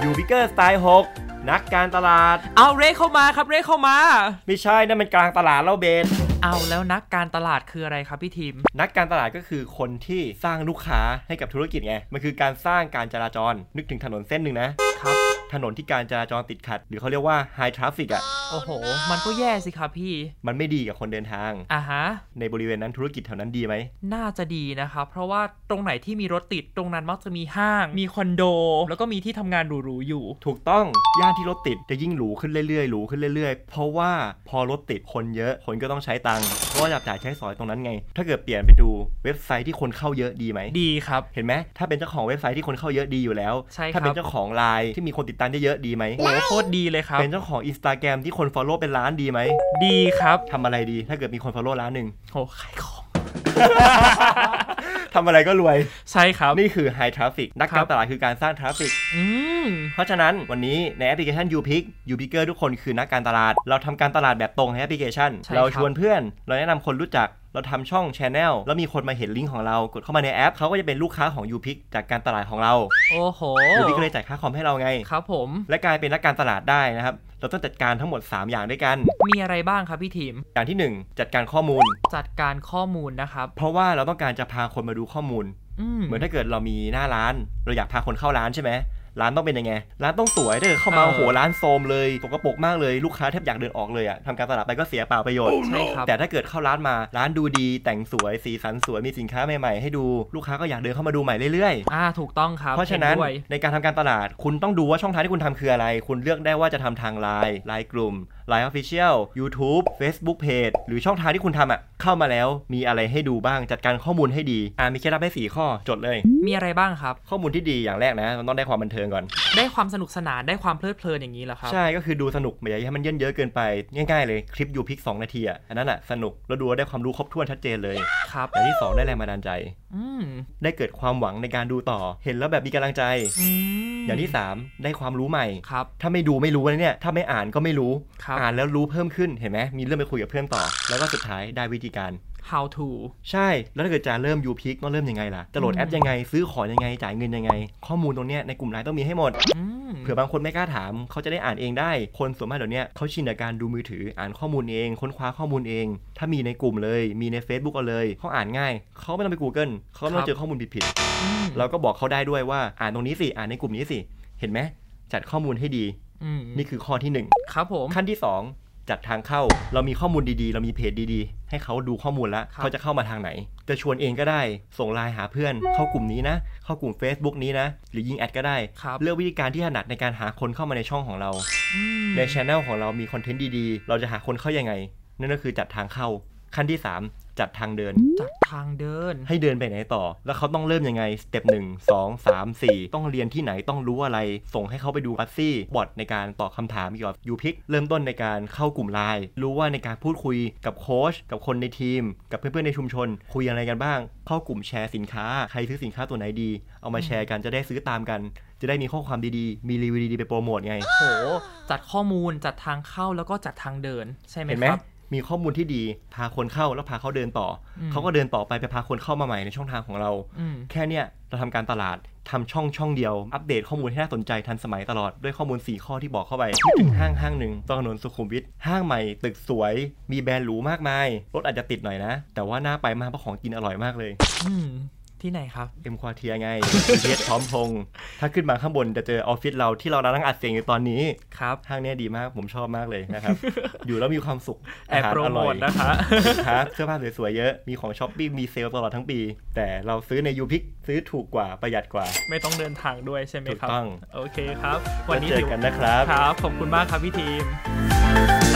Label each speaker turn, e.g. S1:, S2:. S1: อยู่บิ๊กเกอร์สไตล์6นักการตลาด
S2: เอาเรเข้ามาครับเรเข้ามา
S1: ไม่ใช่นั่นมันกลางตลาดเล่าเบน
S2: เอาแล้วนักการตลาดคืออะไรครับพี่ทีม
S1: นักการตลาดก็คือคนที่สร้างลูกค้าให้กับธุรกิจไง มันคือการสร้างการจราจร นึกถึงถนนเส้นหนึ่งนะ
S2: ครับ
S1: ถนนที่การจราจรติดขัด หรือเขาเรียกว่า high traffic อ่ะ
S2: โอ้โห มันก็แย่สิครับพี่
S1: มันไม่ดีกับคนเดินทาง
S2: อ่ะฮะ
S1: ในบริเวณนั้นธุรกิจแถวนั้นดีไหม
S2: น่าจะดีนะครับ เพราะว่าตรงไหนที่มีรถติดตรงนั้นมักจะมีห้าง มีคอนโด แล้วก็มีที่ทำงานหรูๆอยู่
S1: ถูกต้อง ย่านที่รถติดจะยิ่งหรูขึ้นเรื่อยๆ หรูขึ้นเรื่อยๆ เพราะว่าพอรถติดคนเยอะ คนก็ต้องใช้ตังค์เพราะว่าจับจ่ายใช้สอยตรงนั้นไง ถ้าเกิดเปลี่ยนไปดูเว็บไซต์ที่คนเข้าเยอะดีไหม
S2: ดีครับ
S1: เห็นไหม ถ้าเป็นเจ้าของเว็บไซต์ที่คนเข้าเยอะดีอยู่แล้ว
S2: ใช่ครับ
S1: ถ้าเป็นเจ้าของไลน์ที่มีคนติดตามเยอะๆดีไหม
S2: โอ้โคตรดีเลยครับ
S1: เป็นเจ้าของอินสตาแกรมที่คน Follow เป็นล้านดีไหม
S2: ดีครับ
S1: ทำอะไรดี ถ้าเกิดมีคน Follow ล้านหนึ่ง
S2: โอ้ขายของ
S1: ทำอะไรก็รวย
S2: ใช่ครับ
S1: นี่คือ High Traffic นัก
S2: ครั
S1: การ
S2: บ
S1: ตลาดคือการสร้าง Traffic
S2: อืม
S1: เพราะฉะนั้นวันนี้ในแอปพลิเคชัน YouPick YouPicker ทุกคนคือนักการตลาด เราทำการตลาดแบบตรงในแอปพลิเคชัน
S2: ใช่ครับ
S1: เราชวนเพื่อน เราแนะนำคนรู้จัก เราทำช่อง Channel แล้วมีคนมาเห็นลิงก์ของเรา กดเข้ามาในแอป เขาก็จะเป็นลูกค้าของ YouPick จากการตลาดของเรา
S2: โอ้โห
S1: YouPick ก็เลยจ่ายค่าคอมให้เราไง
S2: ครับผม
S1: และกลายเป็นนักการตลาดได้นะครับ เราต้องจัดการทั้งหมด 3 อย่างด้วยกัน
S2: มีอะไรบ้างครับพี่ทีม
S1: อย่างทีหนึ่งจัดการข้อมูล
S2: จัดการข้อมูลนะครับ
S1: เพราะว่าเราต้องการจะพาคนมาดูข้อมูล
S2: อืม
S1: เหมือนถ้าเกิดเรามีหน้าร้าน เราอยากพาคนเข้าร้านใช่ไหมร้านต้องเป็นยังไง ร้านต้องสวยถ้าเกิดเข้ามา
S2: เออ
S1: โอ้โหร้านโซมเลยสกปรกมากเลยลูกค้าแทบอยากเดินออกเลยอะทำการตลาดไปก็เสียเปล่าประโยชน์
S2: ใช่ครับ
S1: แต่ถ้าเกิดเข้าร้านมาร้านดูดีแต่งสวยสีสันสวยมีสินค้าใหม่ๆให้ดูลูกค้าก็อยากเดินเข้ามาดูใหม่เรื่อย
S2: อ่า ถูกต้องครับ
S1: ๆ เพราะฉะนั้น
S2: ห็ด้วย
S1: ในการทำการตลาดคุณต้องดูว่าช่องทางที่คุณทำคืออะไร คุณเลือกได้ว่าจะทำทางไลน์ไลน์กลุ่มไลน์ออฟฟิเชียลยูทูบเฟซบุ๊กเพจหรือช่องทางที่คุณทำอะเข้ามาแล้วมีอะไรให้ดูบ้างจัดการข้อมูลให้ดีอ่ะมีเคล็ดลับให้สี่ข้อจดเลย
S2: มีอะไรบ้างครับ
S1: ข้อมูลที่ดีอย่างแรกนะ มันต้องได้ความบันเทิงก่อน
S2: ได้ความสนุกสนานได้ความเพลิดเพลินอย่างนี้เหรอครับ
S1: ใช่ก็คือดูสนุกไม่อยากให้มันเยินเยอะเกินไป ง่ายๆเลยคลิปยูพิก2นาทีอ่ะอันนั้นอ่ะสนุกแล้วดูแล้วได้ความรู้ครบถ้วนชัดเจนเลย
S2: ครับ
S1: อย่างที่ 2 ได้แรงบันดาลใจ
S2: อืม
S1: ได้เกิดความหวังในการดูต่อ เห็นแล้วแบบมีกำลังใจ
S2: อืม
S1: อย่างที่ 3 ได้ความรู้ใหม่
S2: ครับ
S1: ถ้าไม่ดูไม่รู้นะเนี่ยถ้าไม่อ่านก็ไม่รู้
S2: ครับ
S1: อ่านแล้วรู้เพิ่มขึ้นเห็นไหมมีเรื่องไปคุยกับเพื่อนต่อ แล้วก็สุดท้ายได้วิธีการ
S2: how to
S1: ใช่ แล้วถ้าเกิดจะเริ่มยูพิกต้องเริ่มยังไงล่ะจะโหลดแอปยังไงซื้อของยังไงจ่ายเงินยังไง ข้อมูลตรงเนี้ยในกลุ่มไลน์ต้องมีให้หมด
S2: อืม
S1: เผื่อบางคนไม่กล้าถามเขาจะได้อ่านเองได้ คนส่วนมากเดี๋ยวนี้เขาชินกับการดูมือถืออ่านข้อมูลเอง ค้นคว้าข้อมูลเอง ถ้ามีในกลุ่มเลย มีใน Facebook เอาเลยเขาอ่านง่าย เขาไม่ต้องไป Google เขาไม่ต้องเจอข้อมูลผิด
S2: ม
S1: ๆเราก็บอกเขาได้ด้วยว่าอ่านตรงนี้สิ อ่านในกลุ่มนี้สิ เห็นไหมจัดข้อมูลให้ดี
S2: อืม
S1: นี่คือข้อที่หนึ่ง
S2: ครับผม
S1: ขั้นที่สองจัดทางเข้า เรามีข้อมูลดีๆ เรามีเพจดีๆ ให้เขาดูข้อมูลแล้ว
S2: ครับ
S1: เขาจะเข้ามาทางไหน จะชวนเองก็ได้ ส่งไลน์หาเพื่อน เข้ากลุ่มนี้นะ เข้ากลุ่ม Facebook นี้นะ หรือยิงแอดก็ได้
S2: ครับ
S1: เลือกวิธีการที่ถนัดในการหาคนเข้ามาในช่องของเรา
S2: อืม
S1: ในช anel ของเรามีคอนเทนต์ดีๆ เราจะหาคนเข้ายังไง นั่นก็คือจัดทางเข้า ขั้นที่ 3 จัดทางเดิน
S2: จัดทางเดิน
S1: ให้เดินไปไหนต่อ แล้วเขาต้องเริ่มยังไง สเต็ปหนึ่งสองสามสี่ต้องเรียนที่ไหนต้องรู้อะไร ส่งให้เขาไปดูอัซซี่บอทในการตอบคำถามเกี่ยวกับยูพิกเริ่มต้นในการเข้ากลุ่มไลน์รู้ว่าในการพูดคุยกับโค้ชกับคนในทีม กับเพื่อนๆในชุมชน คุยอะไรกันบ้าง เข้ากลุ่มแชร์สินค้า ใครซื้อสินค้าตัวไหนดี เอามาแชร์กันจะได้ซื้อตามกัน จะได้มีข้อความดีๆ มีรีวิวดีๆไปโปรโมทไง
S2: โห จัดข้อมูลจัดทางเข้าแล้วก็จัดทางเดิน ใช่ไหม
S1: เห็นไหม
S2: ครับ
S1: มีข้อมูลที่ดีพาคนเข้าแล้วพาเขาเดินต่ออ
S2: ม
S1: เขาก็เดินต่อไปไปพาคนเข้ามาใหม่ในช่องทางของเรา
S2: อืม
S1: แค่เนี้ยเราทำการตลาดทำช่องช่องเดียว อัปเดตข้อมูลให้น่าสนใจทันสมัยตลอดด้วยข้อมูล 4 ข้อที่บอกเข้าไปนึกถึงห้างห้างหนึ่งตรงถนนสุขุมวิทห้างใหม่ตึกสวย มีแบรนด์หรูมากมาย รถอาจจะติดหน่อยนะ แต่ว่าน่าไปมากเพราะของกินอร่อยมากเลย
S2: อืมที่ไหนครับ
S1: เอ็มควาเทียไงเทียพร้อมพงษ์ถ้าขึ้นมาข้างบนจะเจอออฟฟิศเราที่เรานั่งอัดเสียงอยู่ตอนนี้
S2: ครับ
S1: ห้างเนี้ยดีมากผมชอบมากเลยนะครับ อยู่แล้วมีความสุข
S2: แอบ
S1: าหา
S2: โปร
S1: อ
S2: โม
S1: ร่อ
S2: ท
S1: ย
S2: นะคะ
S1: ครับเสื้อผ้าสวยๆเยอะ มีของช้อปปิ้ง มีเซลล์ตลอดทั้งปี แต่เราซื้อในยูพิกซื้อถูกกว่าประหยัดกว่า
S2: ไม่ต้องเดินทางด้วยใช่ไหม
S1: ถูก
S2: ครับ
S1: ต้อง
S2: โอเคครับ
S1: วั
S2: วัน น
S1: นี้
S2: นี้
S1: เจอ
S2: ถือ
S1: กันนะครับ
S2: ครับ ขอบคุณมากครับพี่ทีม